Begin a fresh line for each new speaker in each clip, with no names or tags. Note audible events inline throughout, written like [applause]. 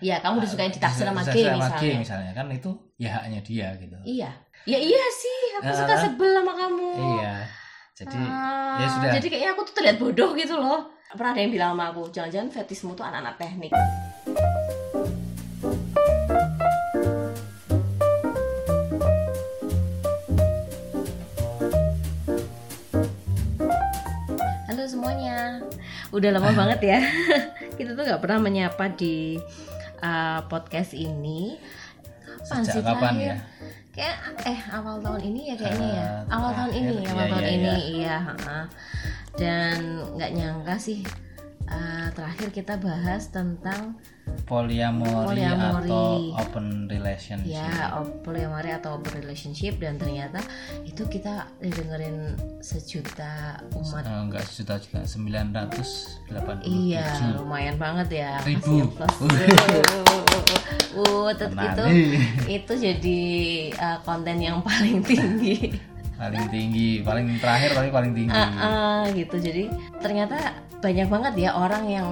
Iya, kamu disukain di taksir sama
Ah, Bisa-
G
bisa sama G
misalnya.
misalnya kan itu ya haknya dia gitu
Iya. Ya iya sih, aku
Nah,
suka
kan?
sebel sama kamu.
iya jadi
Ah,
ya sudah.
Jadi kayaknya aku tuh terlihat bodoh gitu loh. Pernah ada yang bilang sama aku, jangan-jangan fetismu tuh anak-anak teknik. Halo semuanya, udah
Ah.
lama banget ya. [laughs] Kita tuh nggak pernah menyapa di uh, podcast ini. Kapan
sejak
sih
kapan
terakhir?
ya
kayak eh awal tahun ini ya kayaknya ya
Ah,
awal tahun ini
terakhir,
awal
iya,
tahun
iya,
ini iya ha-ha. dan nggak nyangka sih eh, terakhir kita bahas tentang
poliamori,
Poliamori.
atau open relationship
ya op- polyamory atau open relationship dan ternyata itu kita didengerin sejuta umat
Eh, enggak sejuta juta sembilan ratus delapan puluh
Iya, lumayan banget ya.
Ribu.
Kasih aplaus. Uh, uh, uh, tet- itu itu jadi eh, konten yang paling tinggi.
paling tinggi paling terakhir tapi paling tinggi
Ah, ah, gitu jadi ternyata banyak banget ya orang yang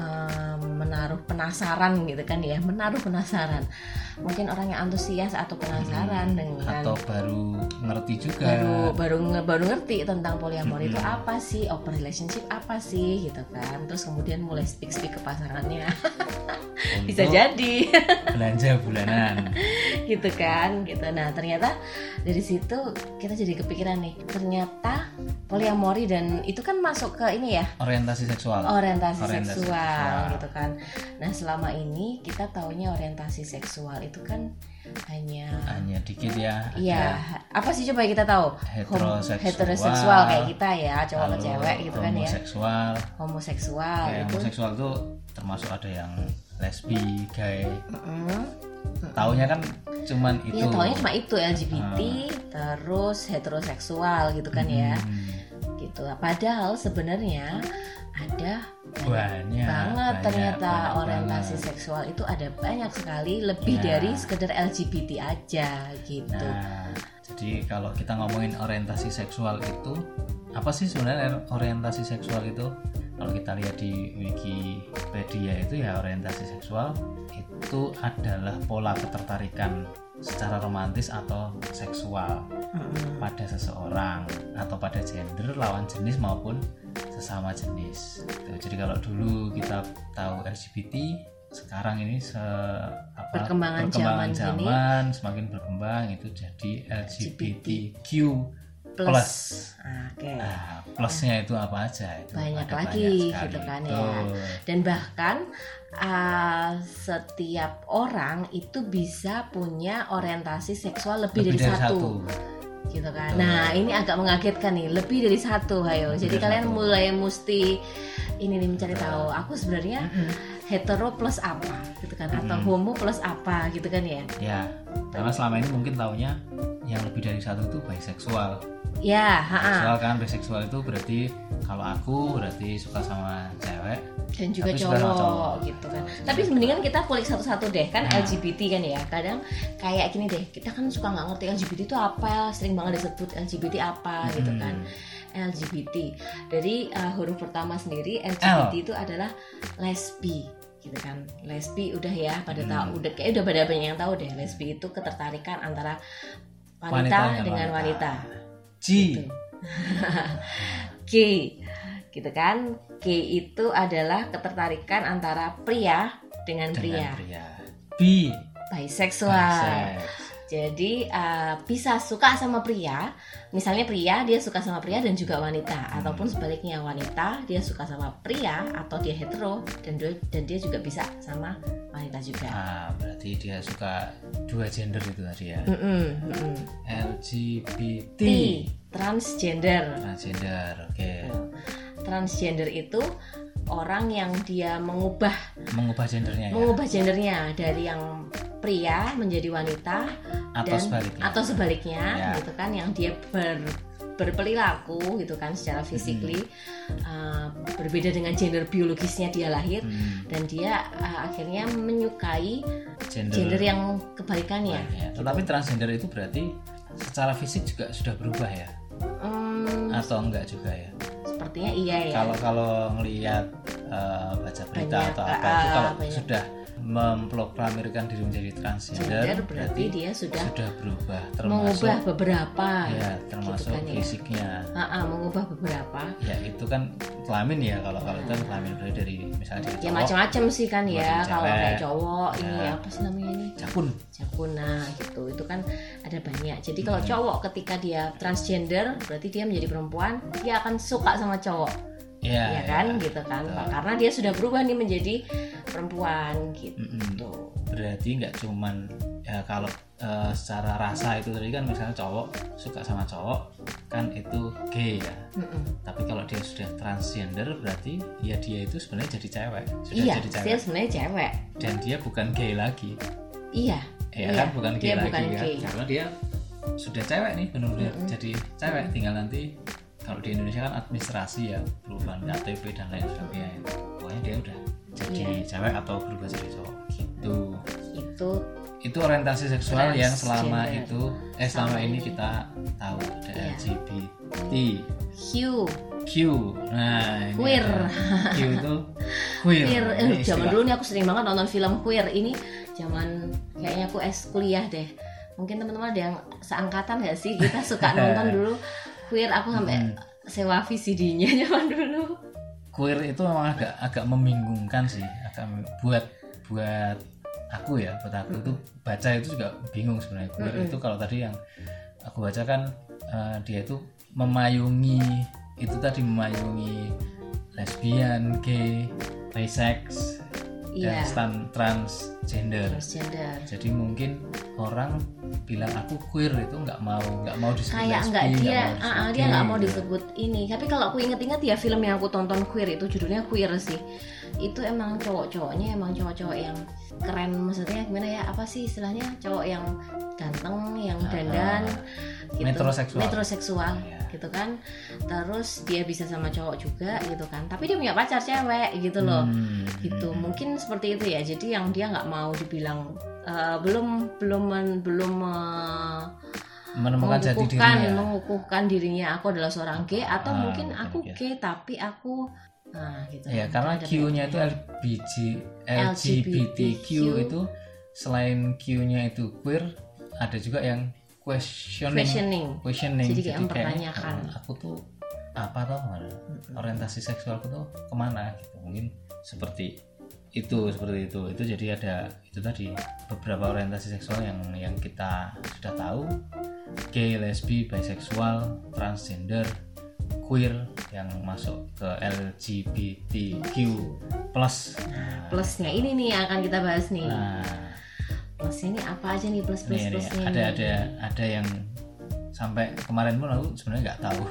eh, menaruh penasaran gitu kan ya menaruh penasaran mungkin orang yang antusias atau penasaran dengan
atau baru ngerti juga
baru baru nge- baru ngerti tentang polyamory itu apa sih open relationship apa sih gitu kan terus kemudian mulai speak speak ke [laughs] pasangannya
untuk
bisa jadi [laughs]
belanja bulanan
gitu kan gitu nah ternyata dari situ kita jadi kepikiran nih ternyata polyamory dan itu kan masuk ke ini ya
orientasi seksual
orientasi,
Orientasi
seksual,
seksual.
gitu kan. Nah, selama ini kita taunya orientasi seksual itu kan hanya
hanya dikit ya ada
Iya, apa sih coba kita tahu? Hom-
heteroseksual
heteroseksual kayak kita ya, cowok ke
lalu
cewek gitu kan ya.
homoseksual
Homoseksual
Ya,
Nah, itu.
homoseksual itu termasuk ada yang lesbi gay
Mm-mm.
taunya kan cuman itu Ah.
Iya, taunya cuma itu LGBT, terus heteroseksual gitu kan ya.
Hmm,
Gitu. Padahal sebenarnya ada banget
banyak Ya, banyak,
ternyata
banyak
orientasi
banget.
seksual itu ada banyak sekali lebih
Iya.
dari sekedar LGBT aja gitu.
nah jadi kalau kita ngomongin orientasi seksual itu apa sih sebenarnya orientasi seksual itu kalau kita lihat di Wikipedia itu ya orientasi seksual itu adalah pola ketertarikan secara romantis atau seksual
Mm-mm.
pada seseorang atau pada gender lawan jenis maupun sesama jenis. Tuh, jadi kalau dulu kita tahu LGBT, sekarang ini se apa,
Perkembangan
perkembangan
zaman ini.
zaman semakin berkembang itu jadi LGBTQ plus.
Plus. Oke.
Nah, plusnya itu apa aja itu?
Banyak
ada
lagi,
sekali.
gitu kan, ya.
Betul.
Dan bahkan uh, setiap orang itu bisa punya orientasi seksual lebih,
Lebih
dari, satu, gitu kan.
Betul.
Nah, ini agag mengagetkan nih, lebih dari satu, ayo.
Lebih
Jadi
dari
kalian
satu.
mulai mesti ini nih mencari
Betul.
tahu aku sebenarnya
Mm-mm.
hetero plus apa gitu kan atau
Mm.
homo plus apa gitu kan ya.
Ya, karena selama ini mungkin taunya yang lebih dari satu itu biseksual.
Ya, ha-ha.
Seksual kan biseksual itu berarti kalau aku berarti suka sama cewek.
dan juga
Tapi
cowok,
suka sama cowok.
gitu kan tapi mendingan kita kulik satu-satu deh kan
Nah.
LGBT kan ya kadang kayak gini deh kita kan suka nggak ngerti LGBT itu apa sering banget disebut LGBT apa gitu kan
Hmm.
LGBT dari uh, huruf pertama sendiri LGBT itu adalah lesbi gitu kan lesbi udah ya pada
Hmm.
tahu udah kayak udah pada banyak yang tahu deh lesbi itu ketertarikan antara wanita,
Wanita dengan
dengan
wanita.
wanita,
G.
Gitu. G gitu kan G itu adalah ketertarikan antara pria dengan, pria
Dengan pria. B.
biseksual
Biseks.
jadi eh, bisa suka sama pria misalnya pria dia suka sama pria dan juga wanita ataupun sebaliknya wanita dia suka sama pria atau dia hetero dan dia, dan dia juga bisa sama wanita juga
Ah, berarti dia suka dua gender itu tadi ya.
Mm-mm, mm-mm.
LGBT.
T transgender
Transgender. Oke.
transgender itu orang yang dia mengubah
Mengubah gendernya ya.
mengubah gendernya Oh, dari yang pria menjadi wanita
Atau
dan
sebaliknya.
atau sebaliknya
Ya.
gitu kan yang dia ber berperilaku gitu kan secara physically uh, berbeda dengan gender biologisnya dia lahir
Hmm,
dan dia uh, akhirnya menyukai
gender.
gender yang kebalikannya.
sebaliknya. Tetapi transgender itu berarti secara fisik juga sudah berubah ya
Hmm,
atau enggak juga ya
sepertinya iya ya.
kalau kalau ngelihat eh, baca berita
Banyak,
atau apa
ah,
itu kalau
banyak.
sudah memproklamirkan diri menjadi transgender
Gender berarti dia sudah
sudah berubah termasuk
mengubah ah, beberapa
ya termasuk
kan ya.
fisiknya
Ah, ah, mengubah beberapa
ya itu kan kelamin ya kalau kalau itu kan kelamin berarti dari misalnya dari
Ah. ya
cowok
macam-macam sih kan ya
macam
kalau
cewek.
kayak cowok ini
Ya.
apa sih namanya ini
jakun
jakuna gitu itu kan ada banyak jadi kalau
Hmm.
cowok ketika dia transgender berarti dia menjadi perempuan dia akan suka sama cowok ya
ya,
kan gitu kan
betul.
karena dia sudah berubah nih menjadi perempuan gitu
Mm-mm. berarti nggak cuman ya, kalau eh, secara rasa itu tadi kan misalnya cowok suka sama cowok kan itu gay ya
Mm-mm.
tapi kalau dia sudah transgender berarti ya dia itu sebenarnya jadi cewek sudah
iya
jadi
dia
cewek
sebenarnya cewek
dan dia bukan gay lagi
iya
ya
Iya,
kan bukan
dia
gay lagi
bukan
kan
gay.
karena dia sudah cewek nih benar-benar
Mm-mm.
jadi cewek tinggal nanti kalau di Indonesia kan administrasi ya perubahan KTP dan lain sebagainya pokoknya dia udah jadi
Iya.
cewek atau berubah jadi cowok gitu
itu
itu orientasi seksual yang selama
Transgender.
itu eh selama
Selama
ini
ini.
kita tahu ada
Iya.
LGBT
Hugh
Q nah ini
Queer.
ada. Q
[laughs]
itu queer,
queer
Ini
eh, zaman
Iya, istilah.
dulu nih aku sering banget nonton film queer ini zaman kayaknya aku es kuliah deh mungkin teman-teman ada yang seangkatan gak sih kita
[laughs]
suka nonton dulu queer aku sampai
Hmm.
sewa VCD-nya [laughs] zaman dulu
queer itu memang agak agak membingungkan sih agak mem- buat buat aku ya buat aku itu baca itu juga bingung sebenarnya queer
Mm-mm.
itu kalau tadi yang aku baca kan eh, dia itu memayungi itu tadi memayungi lesbian gay bisex
iya
dan stan, transgender
transgender
jadi mungkin orang bilang aku queer itu nggak mau nggak mau disebut
kayak
lesbi,
nggak dia
mau
ah, ah,
disebut
dia nggak
gay,
mau
gitu.
disebut ini tapi kalau aku inget-inget ya film yang aku tonton queer itu judulnya queer sih itu emang cowok-cowoknya emang cowok-cowok yang keren maksudnya gimana ya apa sih istilahnya cowok yang ganteng yang
Ah, ah.
dandan gitu.
Metroseksual.
Metroseksual,
Iya.
gitu kan terus dia bisa sama cowok juga gitu kan tapi dia punya pacar cewek gitu loh
Hmm,
gitu
hmm,
mungkin seperti itu ya jadi yang dia nggak mau dibilang eh, belum belum men- belum eh,
hmm. menemukan jati
mengukuhkan
dirinya ya.
mengukuhkan dirinya aku adalah seorang gay atau
Ah,
mungkin
mungkin,
aku
ya.
gay tapi aku nah gitu
ya karena
Ada
Q-nya itu
bedanya.
LBG, LGBTQ itu selain Q-nya itu queer ada juga yang questioning
questioning
questioning
Jadi kayak
kayaknya,
mempertanyakan.
"Hmm, aku tuh apa tau kemana orientasi seksualku tuh kemana gitu mungkin seperti itu seperti itu itu jadi ada itu tadi beberapa orientasi seksual yang yang kita sudah tahu gay lesbi biseksual transgender queer yang masuk ke LGBTQ plus Nah,
plusnya ini nih yang akan kita bahas nih
nah
plusnya ini apa aja nih plus plus
Nih, nih,
plusnya
Iya, ada
nih?
ada ada yang sampai kemarin pun aku sebenarnya nggak tahu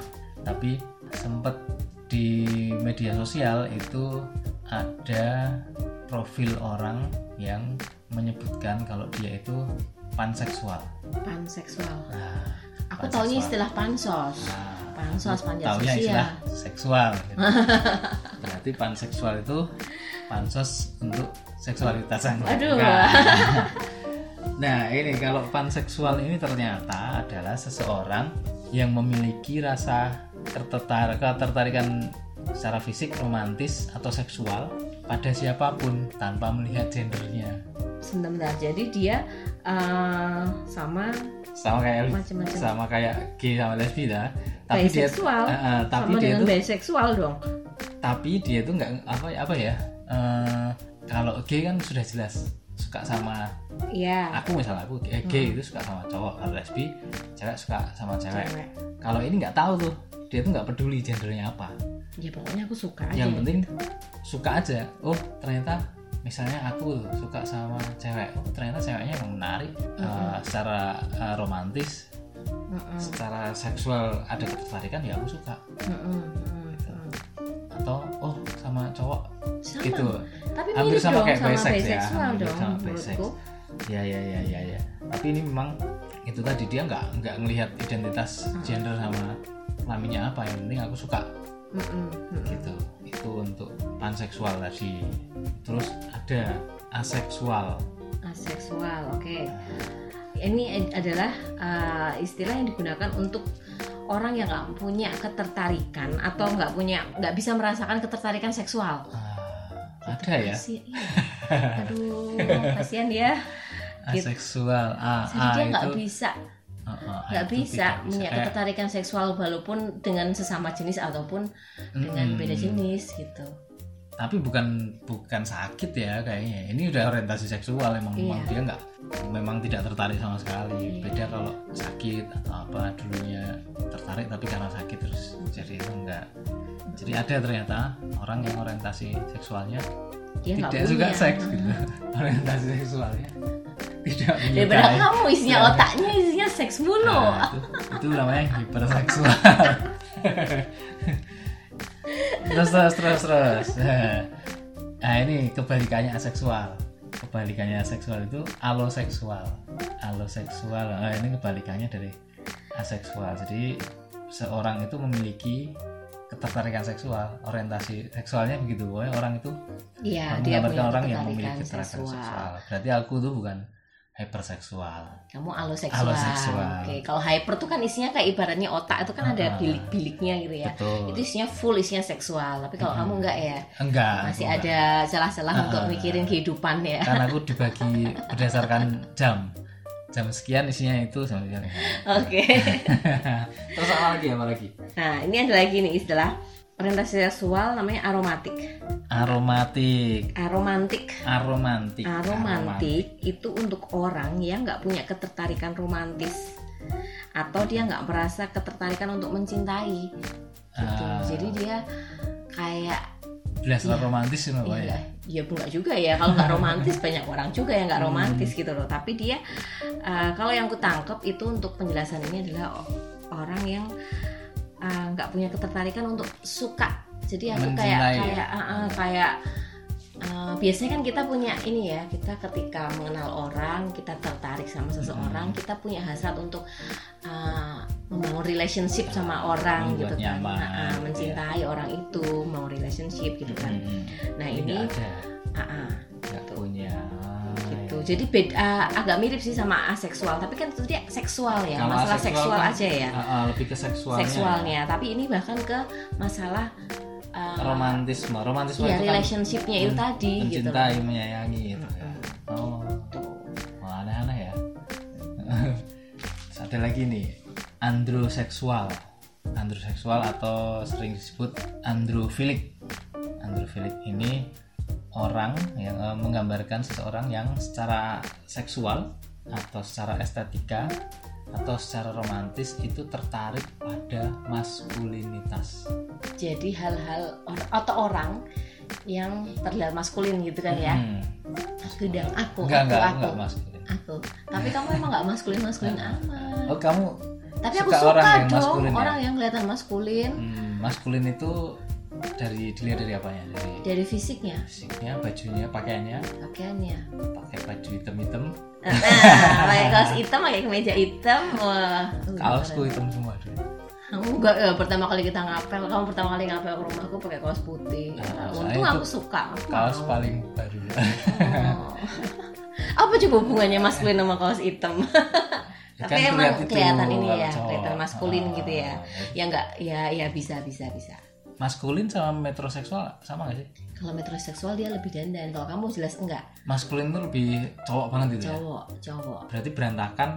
tapi sempet di media sosial itu ada profil orang yang menyebutkan kalau dia itu panseksual.
panseksual
Nah,
aku taunya istilah pansos
Nah,
pansos panjat
taunya istilah
sosial
seksual
[laughs]
gitu. berarti panseksual itu pansos untuk seksualitas yang
Aduh. [laughs]
bukan. nah ini kalau panseksual ini ternyata adalah seseorang yang memiliki rasa tertarik ketertarikan secara fisik romantis atau seksual pada siapapun tanpa melihat gendernya
sebentar jadi dia eh, sama
sama kayak
macam-macam
sama kayak gay sama lesbi dah tapi dia
biseksual
Eh, eh, tapi
sama
dia
dengan
tuh
biseksual dong
tapi dia tuh nggak apa apa ya eh, kalau gay kan sudah jelas suka sama
iya
aku misalnya aku eh, gay
Hmm.
itu suka sama cowok kalau lesbi cewek suka sama Ah, cewek
cewek
kalau ini nggak tahu tuh dia tuh nggak peduli gendernya apa
ya pokoknya aku suka aja
yang penting suka aja oh ternyata misalnya aku tuh suka sama cewek oh ternyata ceweknya emang menarik Eh,
Hmm.
secara eh, romantis
Mm-mm.
secara seksual ada ketertarikan ya aku suka
Mm-mm. Mm-mm.
atau oh sama cowok
Sama.
gitu
Tapi
Hampir
mirip
sama
dong
kayak
sama
bisex ya,
biseksual
hampir
dong
sama bisex.
menurutku.
ya ya ya ya ya tapi ini memang itu tadi dia nggak nggak ngelihat identitas
Hmm.
gender sama kelaminnya apa yang penting aku suka
Mm-mm. Mm-mm.
gitu itu untuk panseksual tadi terus ada aseksual
Aseksual, oke. Ini ad- adalah uh, istilah yang digunakan untuk orang yang nggak punya ketertarikan atau nggak punya nggak bisa merasakan ketertarikan seksual.
Ah, ada ya
Sih, iya. aduh kasihan ya Gitu.
aseksual A
jadi
A
dia nggak
Ah, itu
bisa
Oh, oh, A
nggak
itu
bisa
tidak
punya
Kayak,
ketertarikan seksual walaupun dengan sesama jenis ataupun dengan
mm,
beda jenis gitu
tapi bukan bukan sakit ya kayaknya ini udah orientasi seksual emang
Iya.
memang dia nggak memang tidak tertarik sama
Iya.
sekali beda kalau sakit atau apa dulunya tertarik tapi karena sakit terus jadi itu enggak jadi ada ternyata orang yang orientasi seksualnya
dia nggak
tidak
punya
suka seks gitu [laughs]
Hmm.
orientasi seksualnya tidak
daripada
menyukai
Ya, kamu isinya
Iya.
otaknya isinya seks mulu
Nah, itu, itu namanya
[laughs]
hiperseksual. terus terus terus terus. Nah ini kebalikannya aseksual. Kebalikannya aseksual itu aloseksual. Aloseksual nah, ini kebalikannya dari aseksual. Jadi seorang itu memiliki ketertarikan seksual, orientasi seksualnya begitu. Pokoknya orang itu
iya dia
menggambarkan
punya
orang yang
ketertarikan
memiliki ketertarikan
seksual
seksual. Berarti aku tuh bukan hyperseksual.
kamu aloseksual,
Aloseksual.
oke kalau hyper tuh kan isinya kayak ibaratnya otak itu kan
Ah.
ada bilik-biliknya gitu ya
Betul.
itu isinya full isinya seksual tapi kalau
Mm-mm.
kamu nggak ya
Enggak. aku
masih
enggak.
ada celah-celah
Ah.
untuk mikirin kehidupan ya [laughs]
karena aku dibagi berdasarkan jam jam sekian isinya itu jam sekian isinya.
oke
terus apa lagi apa lagi
Nah, ini ada lagi nih istilah orientasi seksual namanya aromatik.
aromatik
Aromantik.
Iya, aromantik
Aromantik itu untuk orang yang nggak punya ketertarikan romantis atau dia nggak merasa ketertarikan untuk mencintai. Gitu.
Ah.
Jadi dia kayak
berdasarkan
Iya.
romantis sih Mbak, ya
iya, ya enggak juga ya kalau nggak romantis banyak orang juga yang nggak romantis gitu loh. Tapi dia eh, kalau yang kutangkep itu untuk penjelasan ini adalah o- orang yang eh, nggak punya ketertarikan untuk suka. Jadi aku kayak
Mencintai ya?
kayak eh, eh, kayak eh, biasanya kan kita punya ini ya kita ketika mengenal orang kita tertarik sama seseorang
Hmm.
kita punya hasrat untuk eh, membangun relationship sama orang
membuat
gitu kan
nyaman,
Nah, eh,
ya.
mencintai orang itu mau relationship gitu kan
Mm-mm.
Nah
Ini
ini,
nggak Hmm. ada
ah, ah,
nggak
Gitu.
punya Nah, Iya.
gitu. Jadi beda, ah, agak mirip sih sama aseksual, tapi kan itu dia seksual ya,
Kalau
masalah
aseksual
seksual
kan
aja ya,
Ah, ah, lebih ke seksualnya
seksualnya. Tapi ini bahkan ke masalah ah,
romantisme romantisme
ya
itu kan
relationshipnya itu
men-
tadi gitu. loh.
mencintai menyayangi gitu ya oh wah aneh-aneh ya Terus ada lagi nih androseksual androseksual atau sering disebut androfilik androfilik ini orang yang eh, menggambarkan seseorang yang secara seksual atau secara estetika atau secara romantis itu tertarik pada maskulinitas
Jadi hal-hal or- atau orang yang terlihat maskulin gitu kan ya.
Hmm.
Aku dan aku,
enggak
aku,
enggak
aku,
enggak maskulin
aku. Tapi kamu emang nggak maskulin maskulin amat.
oh kamu
Tapi aku
suka
suka
orang yang
dong
maskulin ya?
orang yang kelihatan maskulin
Hmm, maskulin itu dari dilihat dari apanya? Dari
dari fisiknya,
fisiknya, bajunya, pakaiannya,
pakaiannya.
pakai baju hitam-hitam,
Nah, pakai kaos hitam, pakai kemeja hitam. Wah.
kaosku hitam semua dulu.
Kamu enggak ya, pertama kali kita ngapel, kamu pertama kali ngapel ke rumahku pakai kaos putih.
Nah,
Nah,
kaos
untung
saya
aku
itu
suka. Aku
Kaos
mau.
paling baru.
Oh. [laughs] Apa coba hubungannya maskulin sama kaos hitam?
[laughs] Ya
Tapi emang
kelihatan itu
kelihatan ini
kalau
ya,
cowok.
kelihatan maskulin
Ah,
gitu ya. Ya enggak, ya ya bisa bisa bisa.
Maskulin sama metroseksual sama gak sih?
Kalau metroseksual dia lebih dandan, kalau kamu jelas enggak.
Maskulin tuh lebih cowok banget gitu ya.
Cowok, cowok.
Berarti berantakan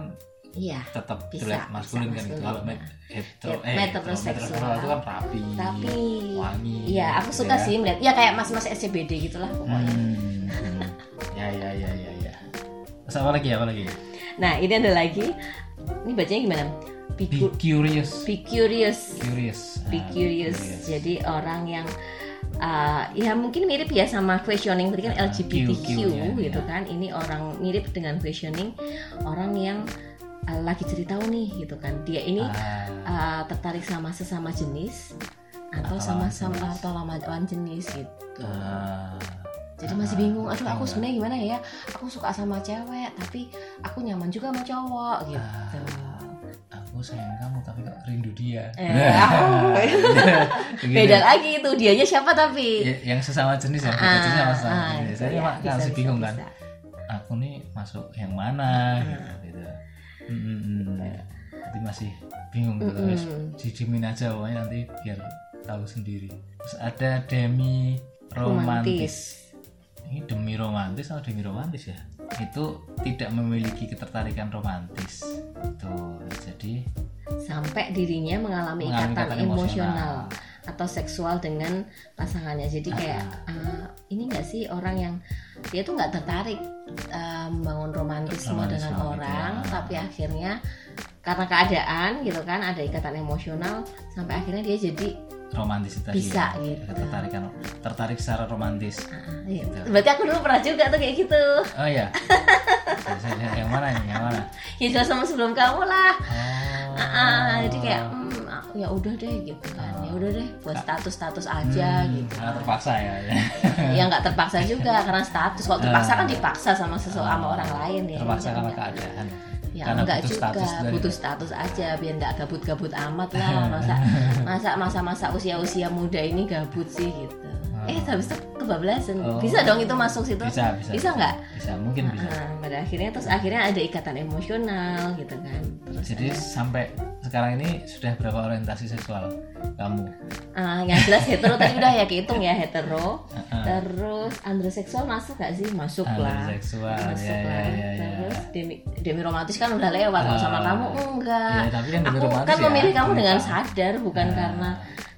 Iya.
tetap
Bisa,
terlihat
bisa
maskulin kan gitu.
maskulin,
Kalau
nah.
met- hetero,
Ya,
eh, hetero-
metroseksual.
metroseksual itu kan rapi,
Tapi
wangi.
Iya, aku
gitu
suka
ya.
sih melihat. Ya kayak mas-mas SCBD gitulah pokoknya.
Hmm. [laughs] ya ya ya ya ya. Terus apa lagi apa lagi?
Nah, ini ada lagi. Ini bacanya gimana? Be,
Be
cu-
curious.
be curious.
Curious.
Be
Ah,
curious. Jadi orang yang uh, ya mungkin mirip ya sama questioning tadi kan
Ah,
LGBTQ
Q, Q-nya,
gitu
ya.
kan. Ini orang mirip dengan questioning orang yang uh, lagi cerita nih gitu kan. Dia ini
Ah,
uh, tertarik sama sesama jenis atau
Atau
sama
lawan
sama
jenis.
atau lama- lawan jenis gitu.
ah.
Jadi masih
Ah,
bingung, aduh aku
betul.
sebenarnya gimana ya? Aku suka sama cewek, tapi aku nyaman juga sama cowok gitu.
Ah. aku sayang kamu tapi kok rindu dia.
Eh, [laughs] aku-
Gitu.
Beda lagi itu, dianya siapa tapi? Ah, gitu
Ya, yang sesama jenis ya, beda jenis sama sesama jenis.
ya. iya,
Saya cuma masih bingung kan. Aku nih masuk yang
Ah.
mana gitu gitu. Mm, mm, mm. Jadi masih bingung gitu. Terus didimin aja pokoknya nanti biar tahu sendiri terus ada demi romantis,
Romantis.
ini demi romantis atau demi romantis ya itu tidak memiliki ketertarikan romantis tuh jadi
sampai dirinya mengalami,
mengalami
ikatan, emosional atau seksual dengan pasangannya jadi kayak ah, ini enggak sih orang yang dia tuh nggak tertarik eh, membangun romantisme
Romantisme
dengan
gitu
orang
ya.
tapi akhirnya karena keadaan gitu kan ada ikatan emosional sampai akhirnya dia jadi
romantis tadi
Bisa,
ya.
gitu.
ketertarikan tertarik secara romantis
ah, gitu.
Gitu.
berarti aku dulu pernah juga tuh kayak gitu
oh ya yang mana ini? yang mana
ya jelas sama sebelum kamu lah
oh.
Ah, jadi kayak hmm, ah, ya udah deh gitu kan ya udah deh buat status status aja
Ah. Hmm,
gitu
karena terpaksa ya
ya nggak terpaksa juga karena status kalau terpaksa kan dipaksa sama seseorang sama orang lain ya
terpaksa
Ya,
karena
enggak.
keadaan
ya
karena
enggak
butuh
juga
status dari-
butuh status aja biar nggak gabut-gabut amat
[laughs]
lah masa masa masa masa usia usia muda ini gabut sih gitu eh habis itu kebablasan
Ah. Oh.
bisa dong itu masuk situ
bisa bisa
Bisa nggak?
bisa mungkin bisa
Ah, pada akhirnya terus akhirnya ada ikatan emosional gitu kan terus
jadi sampai sekarang ini sudah berapa orientasi seksual kamu
Ah, yang jelas hetero tadi udah ya kehitung ya hetero
[laughs]
terus androseksual masuk gak sih masuk lah
seksual
masuk
ya, ya
lah
ya ya
terus demi demi romantis kan udah lewat kalau sama
Ah.
kamu enggak
Ya, tapi kan demi
aku
romantis
kan
ya.
memilih kamu
Demi
dengan
kamu.
sadar bukan
Ah.
karena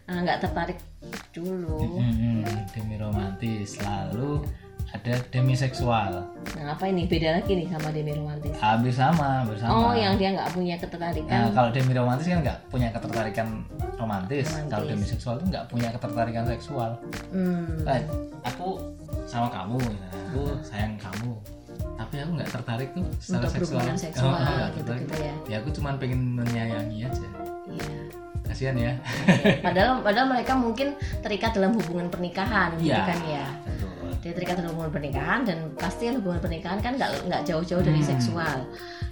ah, nggak tertarik dulu
Hmm, demi romantis lalu ada demi seksual
nah apa ini beda lagi nih sama demi romantis
hampir sama
oh
bersama Nah,
yang dia nggak punya ketertarikan
kalau demi romantis kan nggak punya ketertarikan romantis.
Romantis.
Kalau demi seksual tuh nggak punya ketertarikan seksual.
hmm.
Kan, aku sama kamu, ya. aku sayang kamu. Tapi aku nggak tertarik tuh secara
Nah. untuk
seksual.
berhubungan seksual
Oh, nggak
gitu
tertarik.
gitu ya
Ya aku cuman pengen menyayangi aja.
Iya.
Kasihan ya.
padahal padahal mereka mungkin terikat dalam hubungan pernikahan gitu
Iya.
kan ya
Betul.
dia terikat dalam hubungan pernikahan dan pasti hubungan pernikahan kan nggak nggak jauh-jauh dari
Hmm.
seksual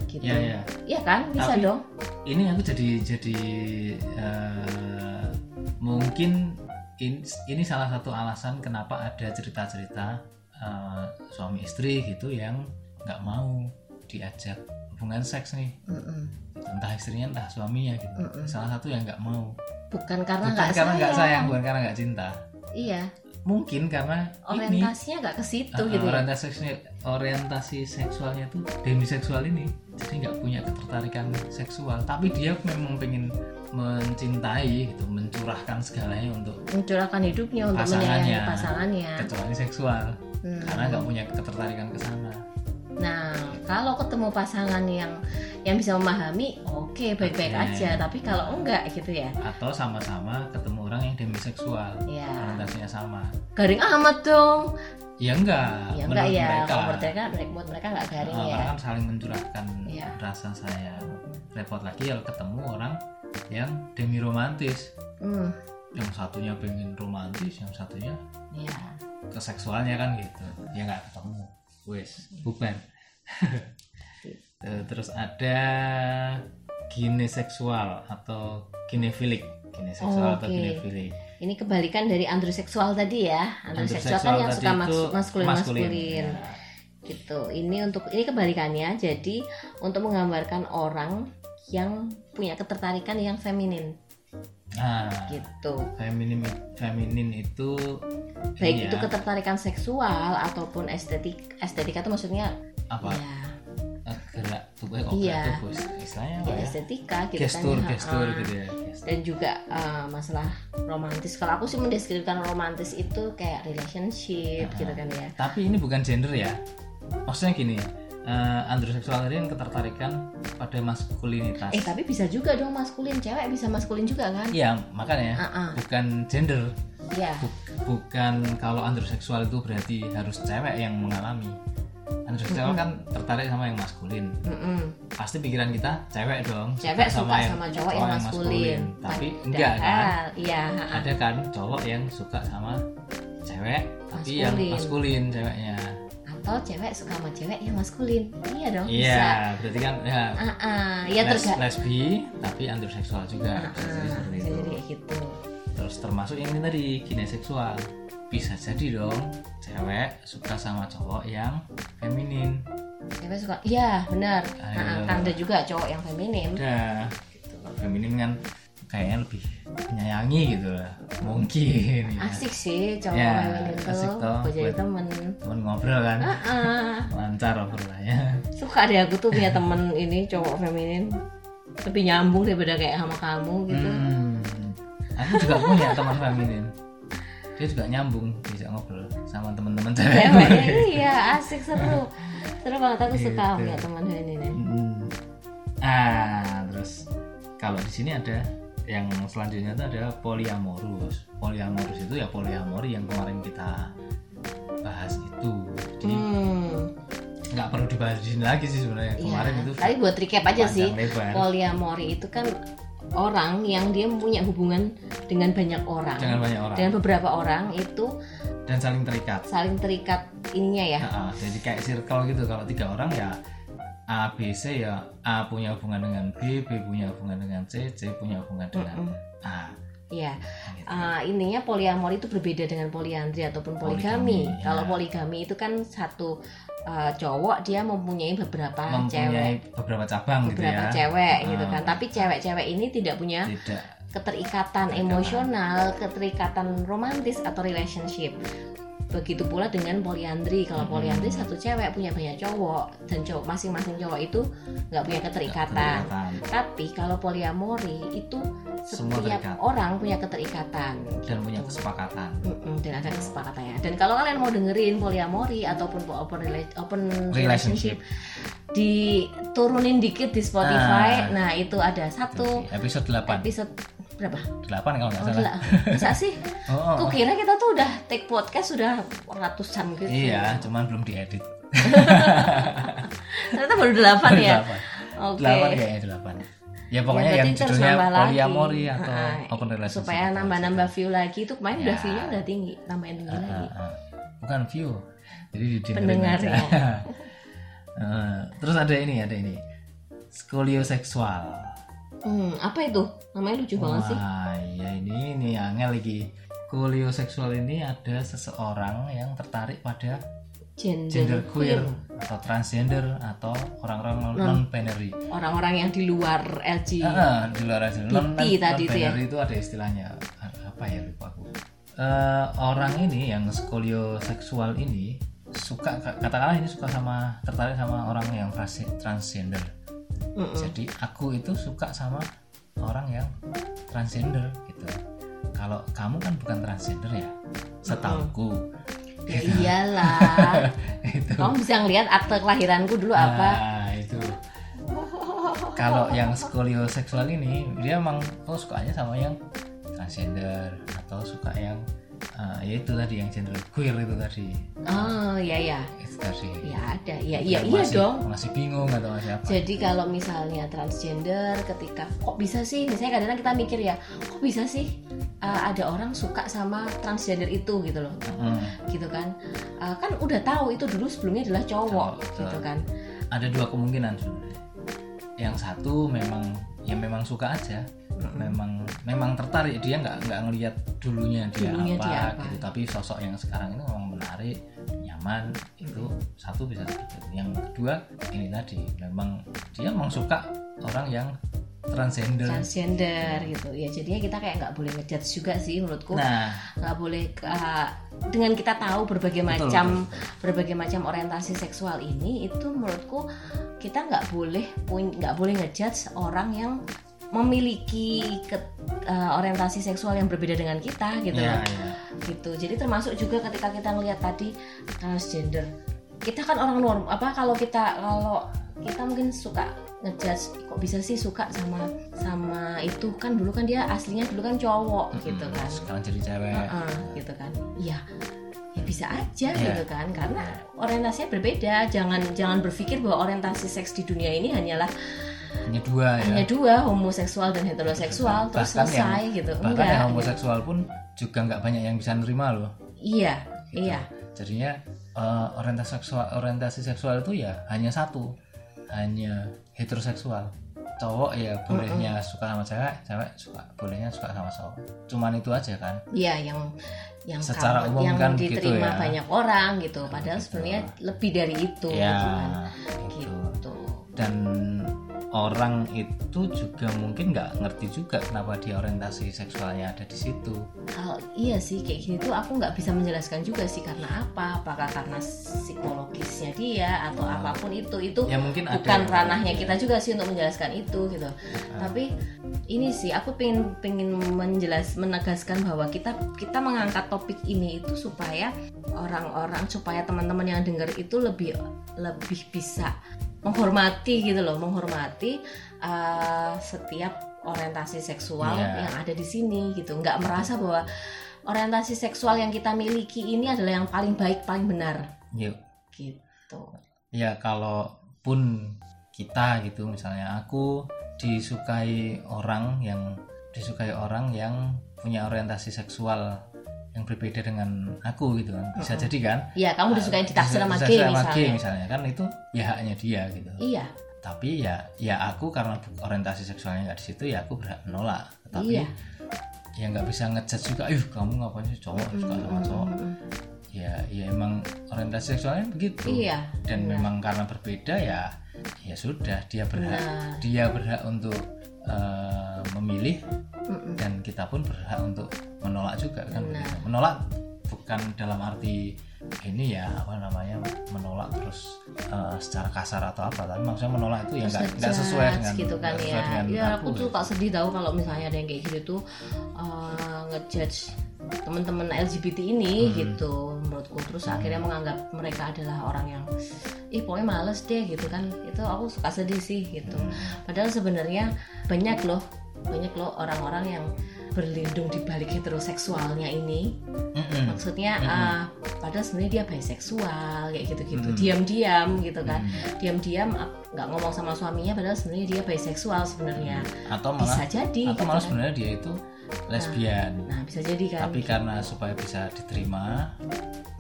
gitu
Ya ya.
Iya kan bisa
Tapi-
dong
Ini aku jadi jadi eh, mungkin in- ini salah satu alasan kenapa ada cerita-cerita eh, suami istri gitu yang nggak mau diajak hubungan seks nih
Mm-mm.
entah istrinya entah suaminya gitu
Mm-mm.
salah satu yang nggak mau
bukan karena
bukan
nggak
karena
sayang.
nggak sayang bukan karena nggak cinta
iya
mungkin karena
Oh,
ini
orientasinya nggak ke situ
uh,
gitu ya
orientasi seksual- orientasi seksualnya tuh demiseksual ini jadi nggak punya ketertarikan seksual tapi dia memang pengen mencintai gitu mencurahkan segalanya untuk
mencurahkan hidupnya untuk
Pasangannya.
menyayangi pasangannya
kecuali seksual
Hmm.
karena nggak punya ketertarikan ke sana
nah kalau ketemu pasangan yang yang bisa memahami oke baik-baik
Oke.
aja tapi kalau enggak gitu ya
atau sama-sama ketemu orang yang demiseksual
ya
orientasinya sama
garing amat dong
ya enggak
ya enggak
menurut
ya
mereka
kalau menurut mereka mereka- buat mereka nggak garing
Nah,
ya
orang kan saling mencurahkan
Iya.
rasa sayang repot lagi kalau ketemu orang yang demi romantis
hmm,
yang satunya pengen romantis yang satunya
ya
ke seksualnya kan gitu ya nggak ketemu wes bukan
Iya.
terus ada gineseksual atau ginefilik gineseksual
Oh,
atau
oke.
ginefilik
Ini kebalikan dari androseksual tadi ya. Androseksual kan yang
tadi
suka Iya.
itu
maskulin maskulin
ya.
gitu. Ini untuk ini kebalikannya. Jadi untuk menggambarkan orang yang punya ketertarikan yang feminin
nah
gitu.
feminin feminin itu
Baik
ini
itu
ya,
ketertarikan seksual ataupun estetik. Estetika itu maksudnya
apa
ya,
eh, gerak tubuh oh,
Iya.
gerak tubuh istilahnya apa
ya
ya
estetika gitu kan,
gestur
ha-ha.
gestur gitu ya gestur.
Dan juga eh, masalah romantis. Kalau aku sih mendeskripsikan romantis itu kayak relationship
Ha-ha.
gitu kan ya.
tapi ini bukan gender ya maksudnya gini eh androseksual ini yang ketertarikan pada maskulinitas
Eh tapi bisa juga dong maskulin, cewek bisa maskulin juga kan?
ya makanya
Ah, ah,
bukan gender
Iya.
Bu- bukan kalau androseksual itu berarti harus cewek yang mengalami androseksual kan tertarik sama yang maskulin
Mm-mm.
pasti pikiran kita cewek dong
Cewek suka sama cowok yang maskulin.
tapi
Padahal-
enggak kan
Iya. ha-ha.
ada kan cowok yang suka sama cewek tapi yang
Maskulin.
maskulin ceweknya
Atau cewek suka sama cewek yang maskulin. Iya dong. Bisa.
iya berarti kan ya,
Ah, ah. Iya
les,
tergantung.
lesbi tapi androseksual juga Bisa jadi seperti
Ah, Bisa
itu
jadi kayak gitu.
terus termasuk yang ini tadi kineseksual bisa jadi dong cewek suka sama cowok yang feminin
Cewek suka. Iya benar.
Ah,
Ha-ha.
iya.
Kan ada juga cowok yang feminim.
udah gitu. Kalau feminin kan kayaknya lebih menyayangi gitu lah mungkin ya.
asik sih cowok
Ya,
wewen itu
asik toh,
Kok jadi
buat-
temen
temen ngobrol kan
Ah,
lancar ya. obrolannya
suka deh aku tuh punya temen ini cowok feminin lebih nyambung daripada kayak sama kamu gitu [laughs]
hmm. aku juga punya teman feminin dia juga nyambung diajak ngobrol sama teman-teman cewek
cewek
[laughs]
iya asik seru seru banget aku suka
Gitu.
punya teman feminin
Hmm. Ah, terus kalau di sini ada yang selanjutnya itu adalah poliamorus. Poliamorus itu ya poliamori yang kemarin kita bahas itu. Jadi
hmm
nggak perlu dibahas di sini lagi sih sebenarnya. Kemarin
iya.
itu
tapi buat recap aja
panjang
sih
lebar.
poliamori itu kan orang yang dia punya hubungan dengan banyak orang
Jangan banyak orang
dengan beberapa orang itu
dan saling terikat.
saling terikat ininya ya
Ah, ah. jadi kayak circle gitu. Kalau tiga orang ya A, B, C ya A punya hubungan dengan B, B punya hubungan dengan C, C punya hubungan dengan
Mm-mm.
A.
Iya,
Gitu.
eh, ininya poliamori itu berbeda dengan poliandri ataupun poligami.
Poligami, ya.
Kalau poligami itu kan satu eh, cowok dia mempunyai beberapa cewek,
mempunyai beberapa cabang gitu
beberapa
ya.
cewek gitu
Ah.
kan. Tapi cewek-cewek ini tidak punya
Tidak
keterikatan emosional, keterikatan romantis atau relationship. Begitu pula dengan poliandri. Kalau
Hmm.
poliandri satu cewek punya banyak cowok dan cowok masing-masing cowok itu nggak punya keterikatan.
keterikatan.
Tapi kalau poliamori itu
Semua
setiap
terikat.
orang punya keterikatan
dan punya
gitu.
kesepakatan.
Mm-mm, dan ada kesepakatannya. Dan kalau kalian mau dengerin poliamori ataupun po- open rela- open
Relationship.
relationship, diturunin dikit di Spotify.
Ah.
nah itu ada
Tuh,
satu
episode 8.
episode berapa?
8 kalau nggak
Oh,
salah.
gila. Masa sih?
Oh, [laughs] oh, oh.
Kukira kita tuh udah take podcast sudah ratusan gitu.
Iya, cuman belum diedit.
Ternyata baru delapan ya.
8.
Oke. Ya,
8 kayaknya 8. iya, Ya pokoknya
berarti
yang
terus
judulnya
nambah lagi.
polyamory atau
Ha-ha.
open relationship.
supaya nambah-nambah view lagi itu kemarin udah
Ya.
view-nya udah tinggi, nambahin tinggi
Ah,
lagi.
ah, ah. Bukan view. Jadi didengerin
Pendengarnya.
[laughs] aja. Eh, terus ada ini, ada ini. Skolioseksual.
Hmm, apa itu? Namanya lucu banget sih.
Wah, iya ini ini angel lagi. Skolioseksual ini ada seseorang yang tertarik pada
Gender,
gender queer atau transgender atau orang-orang non binary
Orang-orang yang di luar LG.
ah, di luar aja non
Biti Iya. tadi itu ya.
binary itu ada istilahnya A- apa ya lupa aku Eh, orang ini yang skolioseksual ini suka katakanlah ini suka sama tertarik sama orang yang trans- transgender
Mm-mm.
jadi aku itu suka sama orang yang transgender gitu kalau kamu kan bukan transgender ya setauku
Ya iyalah.
[laughs] itu
Kamu bisa ngelihat akte kelahiranku dulu apa?
Nah, itu. Kalau yang skolioseksual ini dia emang oh sukanya sama yang transgender atau suka yang eh, ya itu tadi yang gender queer itu tadi.
Oh, ya ya.
Itu tadi.
Ya ada. Ya iya
Yang
iya
masih-
dong.
Masih bingung atau masih apa?
Jadi kalau misalnya transgender ketika kok bisa sih, misalnya kadang-kadang kita mikir ya, kok bisa sih uh, ada orang suka sama transgender itu gitu loh,
Mm.
gitu kan? Uh, kan udah tahu itu dulu sebelumnya adalah cowok,
Cowok, betul.
gitu kan?
Ada dua kemungkinan sebenarnya. Yang satu memang ya memang suka aja, memang memang tertarik dia nggak nggak ngelihat dulunya dia
Dulunya
apa,
dia apa.
gitu tapi sosok yang sekarang ini memang menarik nyaman itu satu bisa seperti itu. yang kedua ini tadi memang dia memang suka orang yang transgender
Transgender gitu. Ya jadinya kita kayak nggak boleh ngejudge juga sih menurutku, nggak
nah
boleh uh, dengan kita tahu berbagai
betul,
macam
betul.
berbagai macam orientasi seksual ini itu menurutku kita nggak boleh pun nggak boleh ngejudge orang yang memiliki ke- eh, orientasi seksual yang berbeda dengan kita gitu
Iya,
loh.
iya.
gitu jadi termasuk juga ketika kita ngelihat tadi transgender kita kan orang norm apa kalau kita kalau kita mungkin suka ngejudge kok bisa sih suka sama sama itu kan dulu kan dia aslinya dulu kan cowok gitu
Mm-mm.
kan
Hmm, sekarang jadi cewek
Heeh, gitu kan iya ya bisa aja
Ah. Iya.
gitu kan karena orientasinya berbeda jangan jangan berpikir bahwa orientasi seks di dunia ini hanyalah
Iya. hanya dua ya
hanya dua homoseksual dan heteroseksual terus
Bahkan
selesai gitu
bahkan
enggak
yang homoseksual pun juga nggak banyak yang bisa nerima loh
iya
gitu.
iya
jadinya eh, orientasi seksual orientasi seksual itu ya hanya satu hanya heteroseksual cowok ya bolehnya suka sama cewek cewek suka bolehnya suka sama cowok cuman itu aja kan
iya yang yang
Secara
kamu-
umum
yang
kan gitu
diterima
ya.
banyak orang gitu padahal
Gitu.
Ya, sebenarnya lebih dari itu
ya
gitu kan.
gitu.
gitu
dan orang itu juga mungkin nggak ngerti juga kenapa dia orientasi seksualnya ada di situ.
Kalau iya sih kayak gini tuh aku nggak bisa menjelaskan juga sih karena apa? Apakah karena psikologisnya dia atau
Ah.
apapun itu itu
Ya mungkin ada Iya.
bukan
yang-
ranahnya kita juga sih untuk menjelaskan itu gitu. Tapi ini sih aku pengen pengen menjelas menegaskan bahwa kita kita mengangkat topik ini itu supaya orang-orang supaya teman-teman yang dengar itu lebih lebih bisa menghormati gitu loh menghormati uh, setiap orientasi seksual
Iya.
yang ada di sini gitu nggak merasa bahwa orientasi seksual yang kita miliki ini adalah yang paling baik paling benar
Ya,
gitu
ya kalau pun kita gitu misalnya aku disukai orang yang disukai orang yang punya orientasi seksual yang berbeda dengan aku gitu kan bisa
Mm-mm.
jadi kan
ya kamu disukai ditaksir sama
Bisa-
gay
bisa sama
misalnya
gay misalnya kan itu ya haknya dia gitu
iya
tapi ya ya aku karena bu- orientasi seksualnya nggak di situ ya aku berhak menolak tapi
Iya.
ya nggak bisa ngejat juga ih kamu ngapain sih cowok suka sama cowok
Mm-mm.
ya ya emang orientasi seksualnya begitu
iya
dan
benar.
memang karena berbeda ya ya sudah dia berhak
Benar.
dia berhak untuk eh, memilih
Mm-mm.
dan kita pun berhak untuk menolak juga kan
Benar.
begitu. menolak bukan dalam arti ini ya apa namanya menolak terus eh, secara kasar atau apa tapi maksudnya menolak itu ya
Terus
nggak nggak
ngejudge
sesuai dengan
gitu kan
nggak
ya.
sesuai dengan
Ya aku tuh
gitu.
kok sedih tahu kalau misalnya ada yang kayak gitu tuh eh, ngejudge teman-teman LGBT ini
Hmm.
gitu menurutku terus akhirnya menganggap mereka adalah orang yang ih pokoknya males deh gitu kan itu aku suka sedih sih gitu
Hmm.
padahal sebenarnya banyak loh banyak loh orang-orang yang berlindung di balik heteroseksualnya ini
Mm-mm.
maksudnya
Mm-mm.
ah, padahal sebenarnya dia biseksual kayak gitu-gitu
Mm.
diam-diam gitu kan
Mm.
diam-diam ap- nggak ngomong sama suaminya padahal sebenarnya dia biseksual sebenarnya
atau malah
bisa jadi
atau
gitu
malah
kan.
sebenarnya dia itu lesbian
nah bisa jadi kan
tapi karena supaya bisa diterima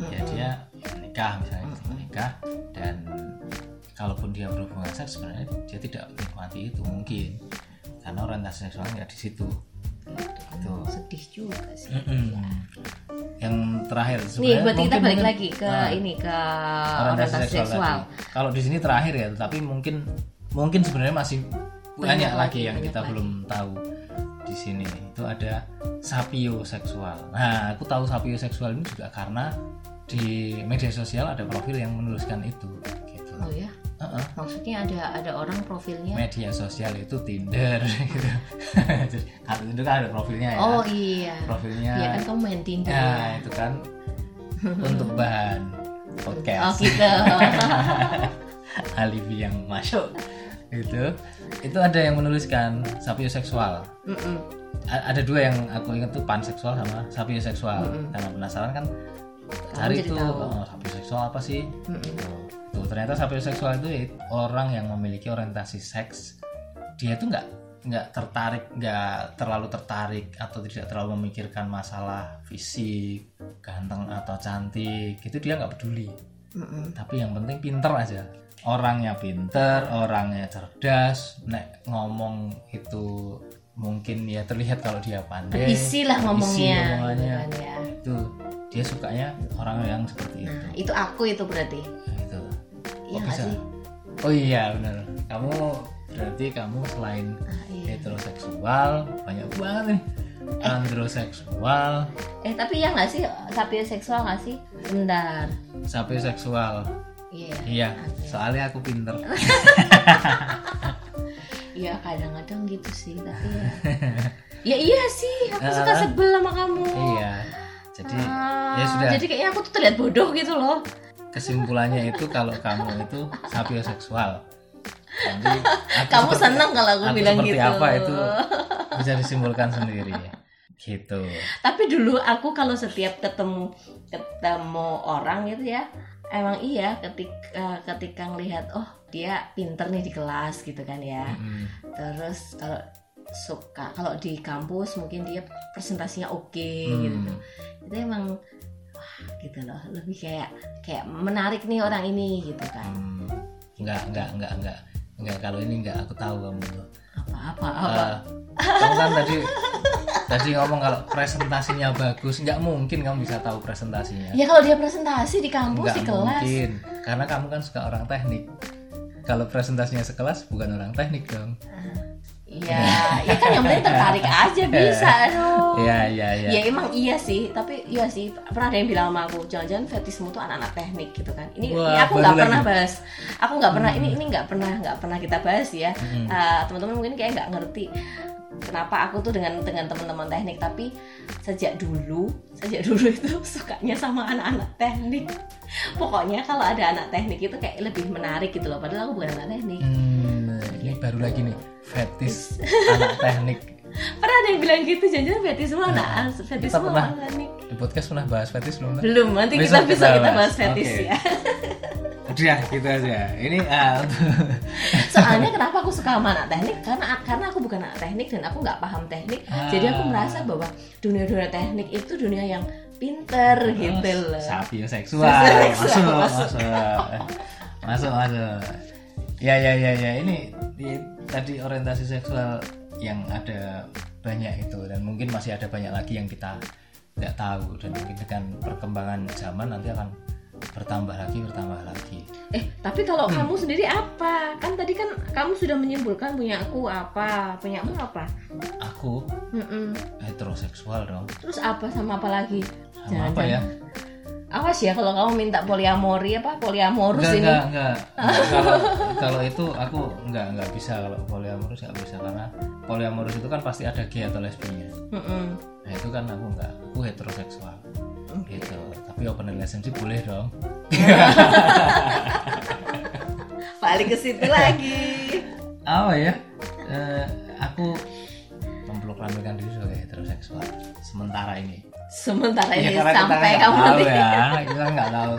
ya
Mm-mm.
dia menikah misalnya gitu,
Mm-mm.
menikah dan kalaupun dia berhubungan seks sebenarnya dia tidak menikmati itu mungkin karena orientasi seksualnya nggak di situ
Gitu.
Betul.
sedih juga sih
Mm-mm.
Ya.
yang
nih
terakhir Eh, sebenarnya
berarti kita
mungkin-
balik
mungkin-
lagi ke
Ah,
ini ke
orientasi
orientasi
seksual,
seksual
tadi. kalau di sini terakhir ya tapi mungkin mungkin sebenarnya masih banyak,
Banyak
lagi
lagi,
yang
banyak
kita
lagi.
belum tahu di sini itu ada sapioseksual nah aku tahu sapioseksual ini juga karena di media sosial ada profil yang menuliskan itu gitu
oh iya. ya
Heeh.
maksudnya ada ada orang profilnya
media sosial itu Tinder [laughs] gitu. Jadi, kalau Tinder kan ada profilnya ya.
oh iya
profilnya.
iya kan kamu main tinder
Nah,
ya
itu
[laughs]
kan untuk bahan [laughs]
oh
podcast
gitu
Iya. [laughs] alibi yang masuk. Itu itu ada yang menuliskan sapioseksual.
Mm-mm.
A- ada dua yang aku ingat tuh panseksual sama sapioseksual.
Mm-mm.
Karena penasaran kan cari
jadi
tuh
tahu.
oh, sapioseksual apa sih?
Mm-mm.
Gitu. Tuh, ternyata sapioseksual itu ya- orang yang memiliki orientasi seks dia tuh nggak nggak tertarik nggak terlalu tertarik atau tidak terlalu memikirkan masalah fisik ganteng atau cantik itu dia nggak peduli
Mm-mm.
tapi yang penting pinter aja orangnya pinter orangnya cerdas nek ngomong itu mungkin ya terlihat kalau dia pandai
berisi lah
berisi
ngomongnya gitu
omongannya.
kan ya
itu dia sukanya orang yang seperti itu
nah itu aku itu berarti
gitu
iya nggak
bisa?
sih
oh iya benar kamu berarti kamu selain
Ah, iya.
heteroseksual banyak banget nih androseksual
Eh tapi ya nggak sih sapio seksual nggak sih? Bentar.
sapioseksual
Iya.
iya
Ada.
soalnya aku
[laughs]
pinter
Iya kadang-kadang gitu sih tapi
[laughs]
ya. ya iya sih aku suka
Ah.
sebel sama kamu.
iya jadi
Ah,
ya sudah.
Jadi kayaknya aku tuh terlihat bodoh gitu loh.
kesimpulannya itu kalau kamu itu sapioseksual nanti aku
Kamu
seperti-
seneng kalau aku,
aku
bilang
seperti
gitu.
apa itu bisa disimpulkan sendiri gitu
Tapi dulu aku kalau setiap ketemu ketemu orang gitu ya emang iya ketika ketika ngelihat oh dia pinter nih di kelas gitu kan ya.
Mm-mm.
terus kalau suka kalau di kampus mungkin dia presentasinya oke gitu
Hmm.
itu emang wah gitu loh lebih kayak kayak menarik nih orang ini gitu kan
Hmm. enggak enggak enggak enggak enggak kalau ini enggak aku tahu kamu tuh
apa-apa apa
Eh, kamu kan tadi tadi ngomong kalau presentasinya bagus nggak mungkin kamu bisa tahu presentasinya
ya kalau dia Ya presentasi di kampus
ya. nggak
di kelas
mungkin karena kamu kan suka orang teknik kalau presentasinya sekelas bukan orang teknik dong
Iya, ya kan yang penting tertarik
[laughs]
aja bisa dong.
Iya, iya, iya.
Ya emang iya sih, tapi iya sih pernah ada yang bilang sama aku, jangan-jangan fetismu tuh anak-anak teknik gitu kan. Ini,
Wah,
ini aku
baru
nggak
lagi.
pernah bahas, aku nggak pernah ini ini nggak pernah nggak pernah kita bahas ya.
Hmm.
Eh, teman-teman mungkin kayak nggak ngerti kenapa aku tuh dengan dengan teman-teman teknik, tapi sejak dulu sejak [laughs] dulu itu sukanya sama anak-anak teknik. Pokoknya kalau ada anak teknik itu kayak lebih menarik gitu loh. Padahal aku bukan anak teknik.
Hmm, ini baru lagi nih fetis anak teknik.
Pernah ada yang bilang gitu, jangan-jangan fetismu anak fetismu
Hmm. Nah, pernah.
anak teknik.
Di podcast pernah bahas fetis belum? Mbak?
belum nanti
Besok
kita bisa
kita
kita
bahas.
bahas fetis
Oke.
ya
Udah, gitu aja. Ini ah,
soalnya kenapa aku suka sama anak teknik karena karena aku bukan anak teknik dan aku nggak paham teknik
Ah.
jadi aku merasa bahwa dunia dunia teknik itu dunia yang pinter
Ah,
gitu loh
Sapi seksual. Masuk,
Sapioseksual,
masuk. Masuk, masuk. Ya, ya, ya, ya. Ini di- tadi orientasi seksual yang ada banyak itu dan mungkin masih ada banyak lagi yang kita nggak tahu dan mungkin dengan perkembangan zaman nanti akan bertambah lagi bertambah lagi
eh tapi
Hmm.
kalau kamu sendiri apa kan tadi kan kamu sudah menyimpulkan punya aku apa punya kamu apa
aku
Mm-mm.
heteroseksual dong
terus apa sama apa lagi
sama apa ya
awas ya kalau kamu minta poliamori apa poliamorus
enggak,
ini
enggak, enggak.
[laughs]
Enggak, Kalau kalau itu aku enggak enggak bisa kalau poliamorus enggak bisa karena poliamorus itu kan pasti ada gay atau lesbinya.
Mm-mm.
Nah, itu kan aku enggak. Aku heteroseksual.
Hmm.
Gitu. Tapi open relationship boleh dong.
balik ke situ
[laughs]
lagi
Apa ya? Eh, aku memproklamirkan diri sebagai heteroseksual sementara ini.
sementara
Ya,
ini
karena kita
Eh, sampai
nggak
kamu
tahu
nanti
ya, kita nggak tahu.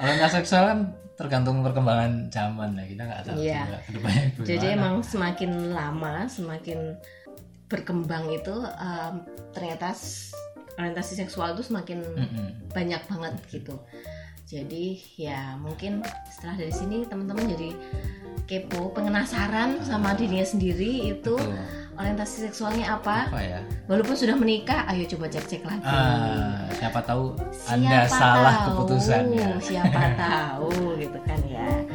Orientasi seksual kan tergantung perkembangan zaman ya, kita nggak tahu
Iya.
juga kedepannya gimana.
Jadi emang semakin lama, semakin berkembang itu um, ternyata s- orientasi seksual itu semakin
Mm-mm.
banyak banget gitu. Jadi ya mungkin setelah dari sini teman-teman jadi kepo, pengenasaran sama dirinya sendiri itu
Betul.
orientasi seksualnya apa.
apa ya?
Walaupun sudah menikah, ayo coba cek-cek lagi.
Ah, siapa tahu
Siapa
Anda salah
tahu,
[laughs] keputusannya.
Siapa tahu gitu kan ya.